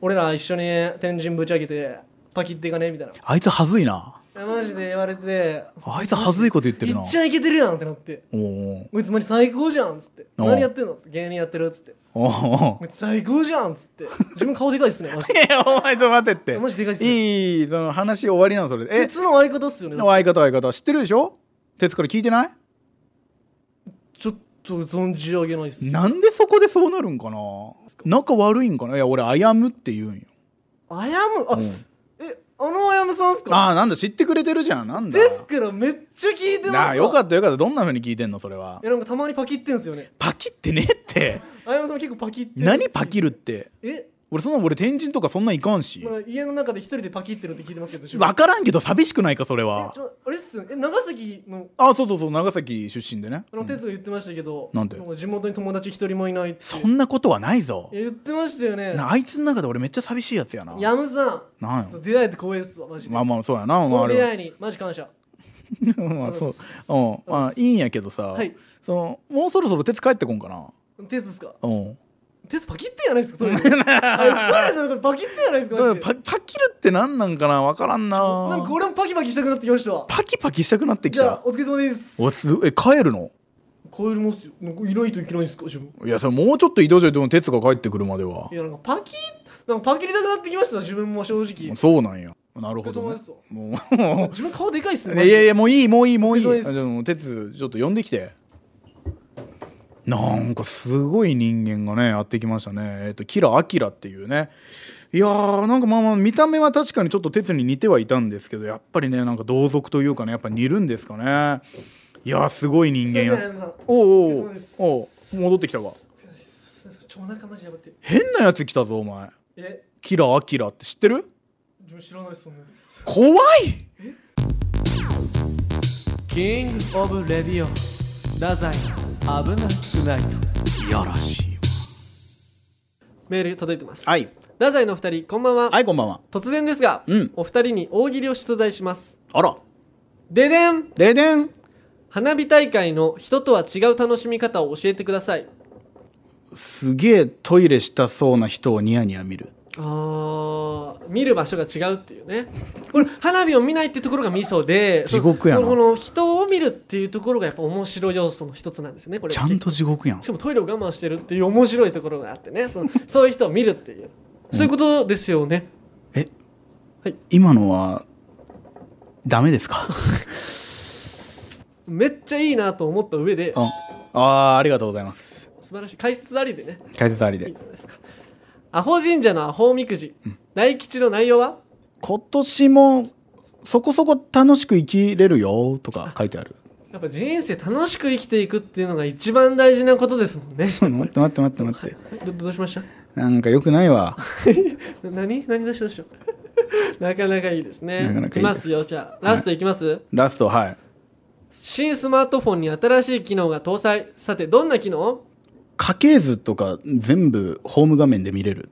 Speaker 1: 俺ら一緒に天神ぶち上げてパキっていかねみたいない
Speaker 2: あいつはずいな
Speaker 1: やマジで言われて
Speaker 2: あいつはずいこと言って
Speaker 1: い
Speaker 2: るな
Speaker 1: っちゃいけてるやんってなって
Speaker 2: おー
Speaker 1: こいつマジ最高じゃんっつって
Speaker 2: おう
Speaker 1: 何やってんのっつって芸人やってるっつって
Speaker 2: おー
Speaker 1: こいつ最高じゃんっつって自分顔でかいっすねマジで
Speaker 2: いやお前ちょっと待ってって
Speaker 1: マジでかいっすね
Speaker 2: いいその話終わりなのそれえ
Speaker 1: 鉄の相方っすよね
Speaker 2: 相方相方知ってるでしょ鉄から聞いてない
Speaker 1: ちょっと存じ上げないっす
Speaker 2: なんでそこでそうなるんかな仲悪いんかないや俺あやむって言うんよ
Speaker 1: あやむあ、
Speaker 2: うん
Speaker 1: えあのあやむさんっすか
Speaker 2: ああなんだ知ってくれてるじゃんなんだ
Speaker 1: ですからめっちゃ聞いてます
Speaker 2: なあよか
Speaker 1: っ
Speaker 2: ったよかったどんな風に聞いてんのそれは
Speaker 1: えなんかたまにパキってんすよね
Speaker 2: パキってねえって
Speaker 1: あやむさんも結構パキって
Speaker 2: 何パキるって
Speaker 1: え
Speaker 2: 俺そんな俺天神とかそんないかんし
Speaker 1: まあ、家の中で一人でパキってるって聞いてますけど自分
Speaker 2: 分からんけど寂しくないかそれ
Speaker 1: え
Speaker 2: は
Speaker 1: ちょあれっすよねえ長崎の
Speaker 2: あそうそうそう長崎出身でね
Speaker 1: あの哲が言ってましたけど、
Speaker 2: なんで
Speaker 1: か地元に友達一人もいないって
Speaker 2: そんなことはないぞ
Speaker 1: え言ってましたよね
Speaker 2: なあいつの中で俺めっちゃ寂しいやつやな
Speaker 1: やむさん
Speaker 2: なん
Speaker 1: そう
Speaker 2: よ
Speaker 1: 出会えて光栄っすわマジで、
Speaker 2: まあまあそうや なお
Speaker 1: こ
Speaker 2: 前あ
Speaker 1: の
Speaker 2: れ
Speaker 1: 出
Speaker 2: は
Speaker 1: 会いにマジ感謝
Speaker 2: まあそううんまあいいんやけどさ、
Speaker 1: はい
Speaker 2: そのもうそろそろ鉄帰ってこんかな
Speaker 1: 鉄っすか
Speaker 2: うん
Speaker 1: 鉄パキってんやないっすかトイレ あいつトイレの中でパキってんやないっすかマジ
Speaker 2: だから
Speaker 1: で
Speaker 2: パパキるって何なんかな分からんな
Speaker 1: なんか俺もパキパキしたくなってきましたわ
Speaker 2: パキパキしたくなってき
Speaker 1: じゃあ
Speaker 2: た
Speaker 1: お疲れ様です
Speaker 2: おすえ帰るの
Speaker 1: 帰りますよなんかいないといけないんですか自分
Speaker 2: いやそれもうちょっと移動しないともう鉄が帰ってくるまではい
Speaker 1: やなんかパキなんかパキりたくなってきました自分も正直
Speaker 2: そうなんやなるほ
Speaker 1: お疲れ
Speaker 2: ど、
Speaker 1: 様
Speaker 2: ね
Speaker 1: ですわ、
Speaker 2: も
Speaker 1: 自分顔でかいっす
Speaker 2: う
Speaker 1: ね
Speaker 2: いやいやもういいもういいもういい
Speaker 1: お疲れ様です
Speaker 2: あじゃあもう鉄ちょっと呼んできてなんかすごい人間がねやってきましたねえっとキラアキラっていうねいやーなんかまあまあ見た目は確かにちょっと鉄に似てはいたんですけどやっぱりねなんか同族というかねやっぱ似るんですかねいやーすごい人間や
Speaker 1: すいません皆さんお疲お
Speaker 2: おう
Speaker 1: 疲れ様
Speaker 2: おう
Speaker 1: です
Speaker 2: おう戻ってきたわ
Speaker 1: れ様ですちょお腹マジやばくて
Speaker 2: 変なやつ来たぞお前
Speaker 1: え
Speaker 2: キラアキラって知ってる
Speaker 1: 自分知らないっすそんなやつ
Speaker 2: 怖い
Speaker 1: キングオブレディオ太宰危なくないと
Speaker 2: いやらしい
Speaker 1: メール届いてます
Speaker 2: はい
Speaker 1: 太宰のお二人こんばんは、
Speaker 2: はいこんばんは
Speaker 1: 突然ですが、
Speaker 2: うん
Speaker 1: お二人に大喜利を出題します
Speaker 2: あら
Speaker 1: ででん
Speaker 2: ででん
Speaker 1: 花火大会の人とは違う楽しみ方を教えてください
Speaker 2: すげえトイレしたそうな人をニヤニヤ見る
Speaker 1: あー見る場所が違うっていうねこれ花火を見ないってところがミソで
Speaker 2: 地獄やな
Speaker 1: そのこのこの人を見るっていうところがやっぱ面白い要素の一つなんですねこれ
Speaker 2: ちゃんと地獄やん
Speaker 1: しかもトイレを我慢してるっていう面白いところがあってねそのそういう人を見るっていうそういうことですよね、
Speaker 2: え、
Speaker 1: はい
Speaker 2: 今のはダメで すか
Speaker 1: めっちゃいいなと思った上で
Speaker 2: ああーありがとうございます
Speaker 1: 素晴らしい解説ありでね
Speaker 2: 解説あり
Speaker 1: いい
Speaker 2: で
Speaker 1: じゃないですかアホ神社のアホおみくじ、大吉の内容は
Speaker 2: 今年もそこそこ楽しく生きれるよとか書いてある
Speaker 1: やっぱ人生楽しく生きていくっていうのが一番大事なことですもんね
Speaker 2: 待って待って待って待って
Speaker 1: どどうしました
Speaker 2: なんか良くないわ
Speaker 1: な何何出しどうしよう なかなかいいですね
Speaker 2: なかなかいいです
Speaker 1: きますよじゃあラストいきます、
Speaker 2: ラストはい
Speaker 1: 新スマートフォンに新しい機能が搭載さてどんな機能
Speaker 2: 家系図とか全部ホーム画面で見れる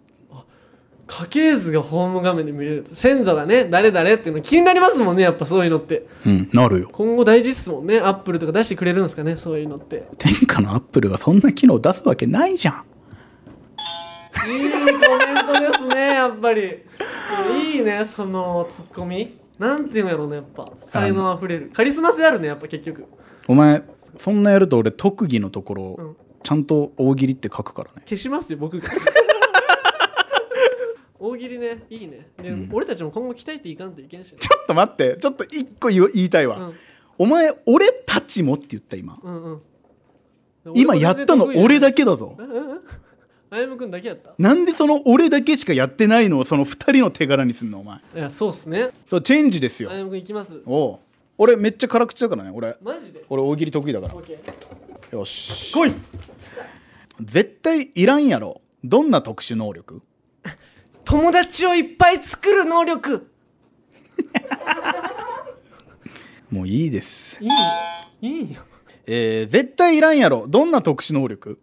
Speaker 1: 家系図がホーム画面で見れると先祖がね誰々っていうの気になりますもんねやっぱそういうのって
Speaker 2: うんなるよ
Speaker 1: 今後大事ですもんねアップルとか出してくれるんですかねそういうのって
Speaker 2: 天下のアップルがそんな機能出すわけないじゃん
Speaker 1: いいコメントですねやっぱりいいねそのツッコミなんていうんやろうねやっぱ才能あふれるカリスマ性あるねやっぱ結局
Speaker 2: お前そんなやると俺特技のところ、
Speaker 1: うん
Speaker 2: ちゃんと大喜利って書くからね
Speaker 1: 消しますよ僕 が大喜利ねいいねで、俺たちも今後鍛えていかんといけん しね
Speaker 2: ちょっと待ってちょっと一個言う言いたいわ、
Speaker 1: うん
Speaker 2: お前俺たちもって言った今
Speaker 1: うんうん
Speaker 2: 今やったの俺だ
Speaker 1: け
Speaker 2: けだぞ
Speaker 1: あやむくんだけやった
Speaker 2: なんでその俺だけしかやってないのをその2人の手柄にすんのお前
Speaker 1: いやそうっすね
Speaker 2: そうチェンジですよ
Speaker 1: あやむくんいきます
Speaker 2: おう俺めっちゃ辛口だからね俺
Speaker 1: マジで
Speaker 2: 俺大喜利得意だから
Speaker 1: OK
Speaker 2: よし来い絶対いらんやろどんな特殊能力
Speaker 1: 友達をいっぱい作る能力
Speaker 2: もういいです、
Speaker 1: いいいいよ
Speaker 2: えー、絶対いらんやろどんな特殊能力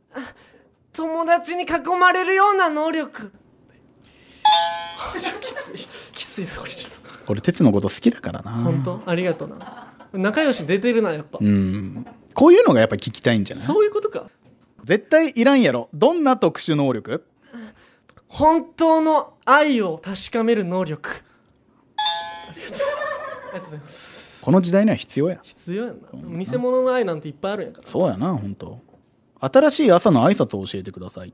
Speaker 1: 友達に囲まれるような能力 きついきついなこれちょっと
Speaker 2: 俺鉄のこと好きだからな
Speaker 1: 本当ありがとうな仲良し出てるなやっぱ、
Speaker 2: うんこういうのがやっぱ聞きたいんじゃない
Speaker 1: そういうことか
Speaker 2: 絶対いらんやろどんな特殊能力
Speaker 1: 本当の愛を確かめる能力ありがとうございます
Speaker 2: この時代には必要や
Speaker 1: 必要やんな偽物の愛なんていっぱいあるんやから
Speaker 2: そうやな本当新しい朝の挨拶を教えてください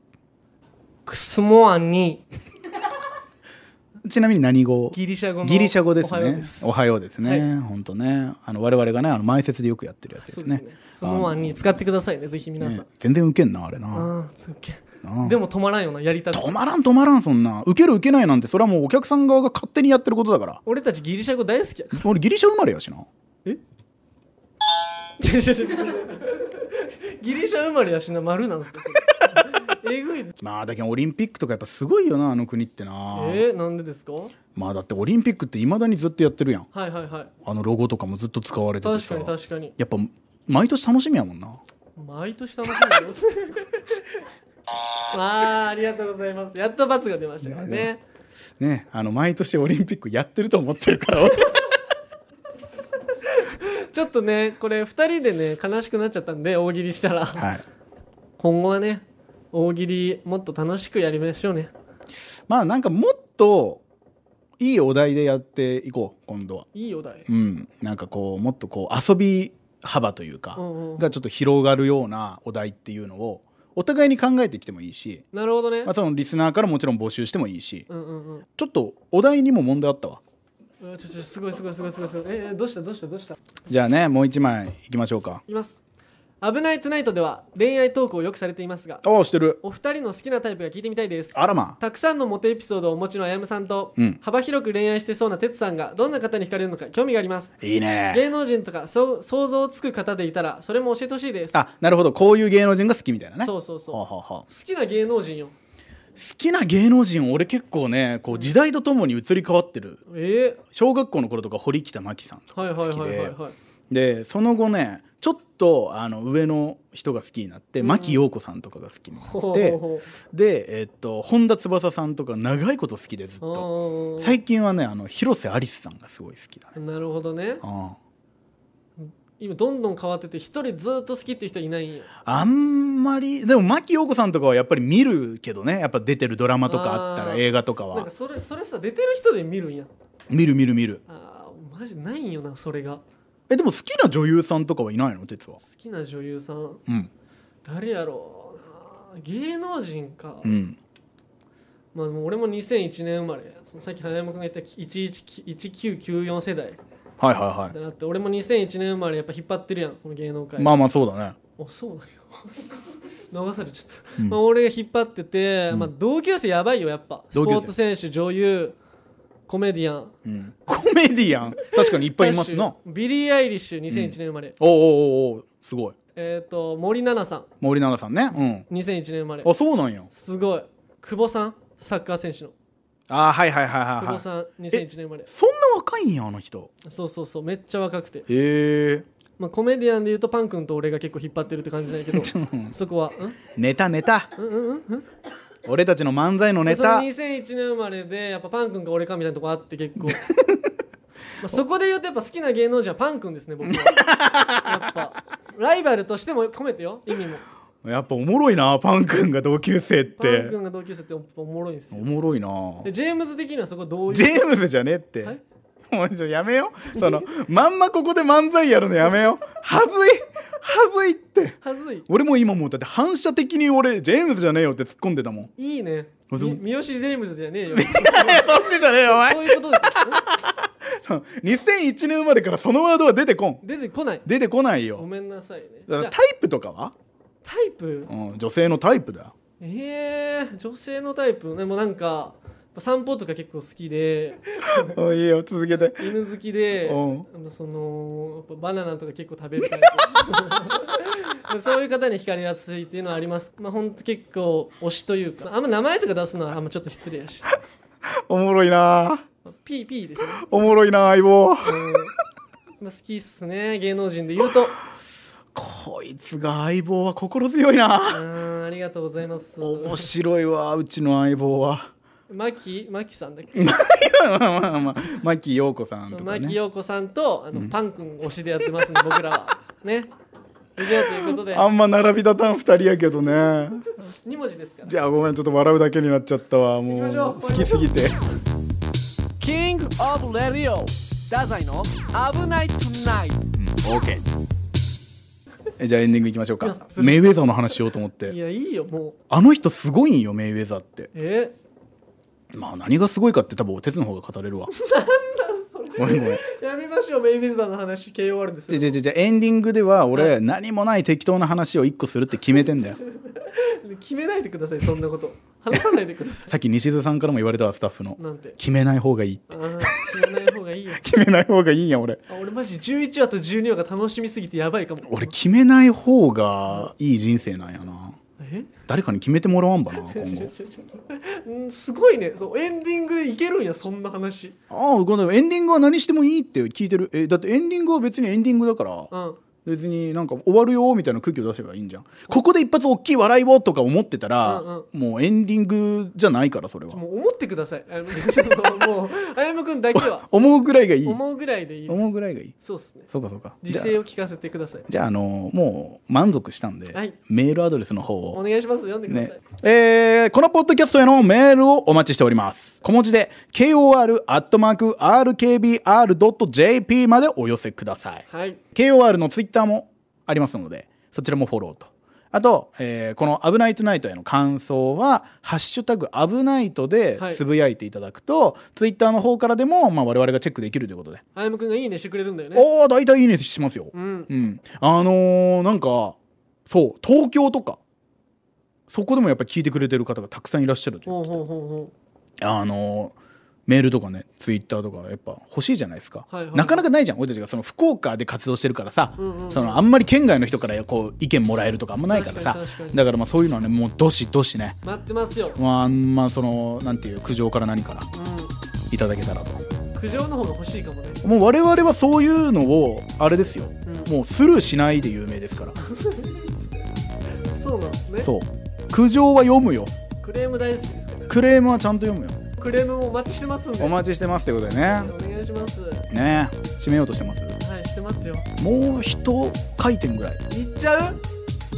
Speaker 1: クスモアに
Speaker 2: ちなみに何語
Speaker 1: ギリシャ語の
Speaker 2: ギリシャ語です
Speaker 1: おはよう
Speaker 2: ね
Speaker 1: です
Speaker 2: おはようですね、
Speaker 1: は
Speaker 2: 本当ねあの我々がねあの前説でよくやってるやつで
Speaker 1: そ
Speaker 2: す
Speaker 1: うで
Speaker 2: ね
Speaker 1: すねクスモアに使ってくださいねぜひ皆さん、
Speaker 2: ね全然ウケんなあれな
Speaker 1: ああすっげえ
Speaker 2: なあ
Speaker 1: でも止まらんよなやりたく
Speaker 2: 止まらん止まらんそんなウケるウケないなんてそれはもうお客さん側が勝手にやってることだから
Speaker 1: 俺たちギリシャ語大好きやから
Speaker 2: 俺ギリシャ生まれやしな
Speaker 1: え 違う違う違うギリシャ生まれやしな丸なんですか それえぐいです
Speaker 2: まあだけどオリンピックとかやっぱすごいよなあの国ってな、
Speaker 1: えー、なんでですかは
Speaker 2: まあだってオリンピックっていまだにずっとやってるやん
Speaker 1: いはいはい
Speaker 2: あのロゴとかもずっと使われてて
Speaker 1: 確
Speaker 2: さ
Speaker 1: かに確かに
Speaker 2: やっぱ毎年楽しみやもんな
Speaker 1: 毎年楽しみです あーありがとうございますやっと罰が出ましたから
Speaker 2: いやい
Speaker 1: ね
Speaker 2: ねあの毎年オリンピックやってると思って るから俺
Speaker 1: ちょっとねこれ2人でね悲しくなっちゃったんで大喜利したら
Speaker 2: はい
Speaker 1: 今後はね大喜利もっと楽しくやりましょうね
Speaker 2: まあなんかもっといいお題でやっていこう今度はい
Speaker 1: いお題
Speaker 2: うんなんかこうもっとこう遊び幅というか、
Speaker 1: うんうん
Speaker 2: がちょっと広がるようなお題っていうのをお互いに考えてきてもいいし、
Speaker 1: なるほどね
Speaker 2: まあ、そのリスナーからもちろん募集してもいいし
Speaker 1: うんうんうん
Speaker 2: ちょっとお題にも問題あったわ
Speaker 1: うわちょちょすごいすごいすごいすごいすごいえー、どうしたどうしたどうしたい
Speaker 2: じゃあねもう一枚いきましょうか
Speaker 1: きます「危ないトゥナイト」では恋愛トークをよくされていますが
Speaker 2: ああしてる
Speaker 1: お二人の好きなタイプが聞いてみたいです
Speaker 2: あらま
Speaker 1: たくさんのモテエピソードをお持ちのあやむさんと、
Speaker 2: うん
Speaker 1: 幅広く恋愛してそうなてつさんがどんな方に惹かれるのか興味があります
Speaker 2: いいね
Speaker 1: 芸能人とかそう想像つく方でいたらそれも教えてほしいです
Speaker 2: あなるほどこういう芸能人が好きみたいなね
Speaker 1: そうそうそう
Speaker 2: はあ
Speaker 1: 好
Speaker 2: はあはあ
Speaker 1: きな芸能人よ
Speaker 2: 好きな芸能人俺結構ねこう時代とともに移り変わってる
Speaker 1: え
Speaker 2: 小学校の頃とか堀北真希さんと
Speaker 1: ー、はい
Speaker 2: か
Speaker 1: はい
Speaker 2: 好き
Speaker 1: はいはい
Speaker 2: で
Speaker 1: はい
Speaker 2: でその後ねちょっとあの上の人が好きになって
Speaker 1: ん
Speaker 2: 牧陽子さんとかが好きにな
Speaker 1: ほうほ
Speaker 2: っ
Speaker 1: う
Speaker 2: て
Speaker 1: ほう
Speaker 2: で、えっと、本田翼さんとか長いこと好きでずっと
Speaker 1: あー
Speaker 2: 最近はねあの広瀬アリスさんがすごい好きだね
Speaker 1: なるほどね
Speaker 2: あ
Speaker 1: 今どんどん変わってて一人ずっと好きっていう人いない
Speaker 2: あんまりでも牧陽子さんとかはやっぱり見るけどねやっぱ出てるドラマとかあったら
Speaker 1: あー
Speaker 2: 映画とか
Speaker 1: なん
Speaker 2: は
Speaker 1: かそれそれさ出てる人で見るんや
Speaker 2: 見る見る見る
Speaker 1: あーマジないんよなそれが好
Speaker 2: えでも好きな女優さんとかはいないの哲は
Speaker 1: きな女優さん
Speaker 2: うん
Speaker 1: 誰やろうな芸能人か、
Speaker 2: うん
Speaker 1: まあ、もう俺も2001年生まれそのさっき花山君が言った11 1994世代
Speaker 2: はいはいは
Speaker 1: だなって俺も2001年生まれやっぱ引っ張ってるやんこの芸能界
Speaker 2: いまあまあそうだね
Speaker 1: お そうだよ流されちゃった、
Speaker 2: うん
Speaker 1: まあ、俺が引っ張ってて、
Speaker 2: うん
Speaker 1: まあ、同級生やばいよやっぱスポ
Speaker 2: 同級生
Speaker 1: ーツ選手女優コメディアン
Speaker 2: うんコメディア ン確かにいっぱいいますな
Speaker 1: 歌手ビリー・アイリッシュ2001年生まれ、
Speaker 2: おおおうおうおうすごい
Speaker 1: えっ、と森七菜さ
Speaker 2: 森永さんね
Speaker 1: ん2001年生まれ
Speaker 2: うんあそうなんや
Speaker 1: すごい久保さんサッカー選手の
Speaker 2: あーはいはいはいはい
Speaker 1: 久
Speaker 2: はい
Speaker 1: 保さん2001年生まれ
Speaker 2: そんな若いんやあの人
Speaker 1: そうそうそうめっちゃ若くて、
Speaker 2: へえ
Speaker 1: まあ、コメディアンで言うとパン君と俺が結構引っ張ってるって感じなんやけ どそこはん
Speaker 2: ネタネタ
Speaker 1: うんうんうんうん
Speaker 2: 俺たちの漫才のネ
Speaker 1: その
Speaker 2: タ
Speaker 1: 2001年生まれでやっぱパン君か俺かみたいなとこあって 結構まあそこで言うとやっぱ好きな芸能人はパン君ですね僕はやっぱライバルとしても込めてよ意味も
Speaker 2: やっぱおもろいなパン君が同級生っ
Speaker 1: パン
Speaker 2: て
Speaker 1: 君が同級生ってやっぱおもろいんです
Speaker 2: お
Speaker 1: よ
Speaker 2: もろいな
Speaker 1: でジェームズ的にはそこどういう
Speaker 2: ジェームズじゃねえって
Speaker 1: はい
Speaker 2: もうちょやめよそのまんまここで漫才やるのやめよはずいはずいって
Speaker 1: はずい
Speaker 2: 俺も今もうだって反射的に俺ジェームズじゃねえよって突っ込んでたもんい
Speaker 1: いいね
Speaker 2: あ
Speaker 1: み
Speaker 2: でも
Speaker 1: 三好ジェームズじゃね えよ
Speaker 2: やそっちじゃねえよお前
Speaker 1: そういうことですよ
Speaker 2: その2001年生まれからそのワードは出てこん
Speaker 1: 出てこない
Speaker 2: 出てこない
Speaker 1: ご
Speaker 2: よ
Speaker 1: めんなさいねじ
Speaker 2: だ
Speaker 1: ゃ
Speaker 2: か
Speaker 1: あ
Speaker 2: らタイプとかは、
Speaker 1: タイプ
Speaker 2: うん、女性のタイプだよ
Speaker 1: えー、女性のタイプでもなんかやっぱ散歩とか結構好きで
Speaker 2: おいいよ続けて
Speaker 1: 犬好きで、
Speaker 2: う
Speaker 1: そのやっぱバナナとか結構食べるタイ プそういう方に惹かれやすいっていうのはありますまあ本当結構推しというかあんま名前とか出すのはあんまちょっと失礼やし
Speaker 2: おもろいな
Speaker 1: ピーピーですね、
Speaker 2: おもろいな相
Speaker 1: う
Speaker 2: 棒
Speaker 1: んまあ、好きっすね芸能人で言うとう
Speaker 2: こいつが相棒は心強いな
Speaker 1: ーんありがとうございます
Speaker 2: 面白いわうちの相棒は
Speaker 1: マキマキさんだっけ
Speaker 2: まあまあまあ牧陽子さんとか
Speaker 1: 牧
Speaker 2: ね
Speaker 1: 陽子さんとあの、パン君推しでやってますんで僕ら はね以上ということで
Speaker 2: あんま並び立たん2人やけどね
Speaker 1: 2文字ですから
Speaker 2: じゃあごめんちょっと笑うだけになっちゃったわも
Speaker 1: 行きましょう
Speaker 2: う好きすぎて
Speaker 1: キングオブレディオダザイの危ないトゥナイト
Speaker 2: OK じゃあエンディングいきましょうか
Speaker 1: いや
Speaker 2: メイウェザーの話しようと思っ
Speaker 1: い
Speaker 2: て
Speaker 1: やいいよもう
Speaker 2: あの人すごいんよメイウェザーって
Speaker 1: え
Speaker 2: まあ何がすごいかって多分お鉄の方が語れるわごめんごめん
Speaker 1: やめましょうメイビズダーの話 KOR です
Speaker 2: じゃ
Speaker 1: よ
Speaker 2: じゃじゃじゃエンディングでは
Speaker 1: は
Speaker 2: 俺何もない適当な話を1個するって決めてんだよ
Speaker 1: 決めないでくださいそんなこと話さないでくださ
Speaker 2: さっき西津さんからも言われたわスタッフの
Speaker 1: いなんて
Speaker 2: 決めない方がいい
Speaker 1: ああ知らない方がいいよ
Speaker 2: 決めない方がいいんや俺
Speaker 1: あ俺マジ11話と12話が楽しみすぎてやばいかも
Speaker 2: 俺決めない方がいい人生なんやな
Speaker 1: え
Speaker 2: 誰かに決めてもらわ んばな今後
Speaker 1: うんすごいねそうエンディングでいけるんやそんな話
Speaker 2: ああごめんエンディングは何してもいいって聞いてるえだってエンディングは別にエンディングだから
Speaker 1: うん
Speaker 2: 別になんか終わるよみたいな空気を出せばいいんじゃんここで一発大きい笑いをとか思ってたら、
Speaker 1: うん
Speaker 2: もうエンディングじゃないからそれは
Speaker 1: もう思ってくださいあの そのもうあやむくんだけは
Speaker 2: 思うぐらいがいい
Speaker 1: 思うぐらいでいいです
Speaker 2: 思うぐらいがいい
Speaker 1: そうっすね
Speaker 2: そうかそうかじ
Speaker 1: 自
Speaker 2: ゃあ
Speaker 1: 制を聞かせてください
Speaker 2: じゃあ、あのもう満足したんで、
Speaker 1: はい
Speaker 2: メールアドレスの方
Speaker 1: お
Speaker 2: を、
Speaker 1: 願いします読んでください、
Speaker 2: ねえーこのポッドキャストへのメールをお待ちしております小文字で kor.rkbr.jp までお寄せください
Speaker 1: はい
Speaker 2: KOR のツイッターもありますのでそちらもフォローとあと、えーこの「危ないトゥナイト」への感想は「ハッシュタグ危ないと」で
Speaker 1: はい
Speaker 2: つぶやいていただくと、ツイッターの方からでも、まあ、我々がチェックできるということで、
Speaker 1: あやむくんがいいねしてくれるんだよね
Speaker 2: おお大体いいねしますよ、
Speaker 1: うん
Speaker 2: うん、あのーなんかそう東京とかそこでもやっぱり聞いてくれてる方がたくさんいらっしゃるという
Speaker 1: ほうほうほうほ
Speaker 2: あのーメールとかねツイッターとかやっぱ欲しいじゃないですか、
Speaker 1: はいはい
Speaker 2: なかなかないじゃん俺たちがその福岡で活動してるからさ、
Speaker 1: うんうん
Speaker 2: そのあんまり県外の人からこう意見もらえるとかあんまないからさ
Speaker 1: 確かに確かに
Speaker 2: だからまあそういうのはねもうどしどしね
Speaker 1: う待ってますよ、
Speaker 2: まああんまそのなんていう苦情から何から
Speaker 1: う
Speaker 2: いただけたらと
Speaker 1: ん、苦情の方が欲しいかもね
Speaker 2: もう我々はそういうのをあれですよ、
Speaker 1: うん
Speaker 2: もうスルーしないで有名ですから
Speaker 1: そうなんですね
Speaker 2: そう苦情は読むよ
Speaker 1: クレーム大好きですから
Speaker 2: クレームはちゃんと読むよ
Speaker 1: クレームもお待ちしてますんで
Speaker 2: お待ちしてますということでね
Speaker 1: お願いしますは
Speaker 2: ねえ締めようとしてます
Speaker 1: いしてますよ
Speaker 2: もう一回転ぐらい
Speaker 1: いっちゃう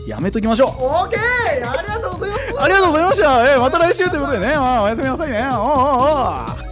Speaker 2: やめときましょう
Speaker 1: オーケーありがとうございます
Speaker 2: ありがとうございました、えーまた来週ということでね、まあ、おやすみなさいねおうおうおう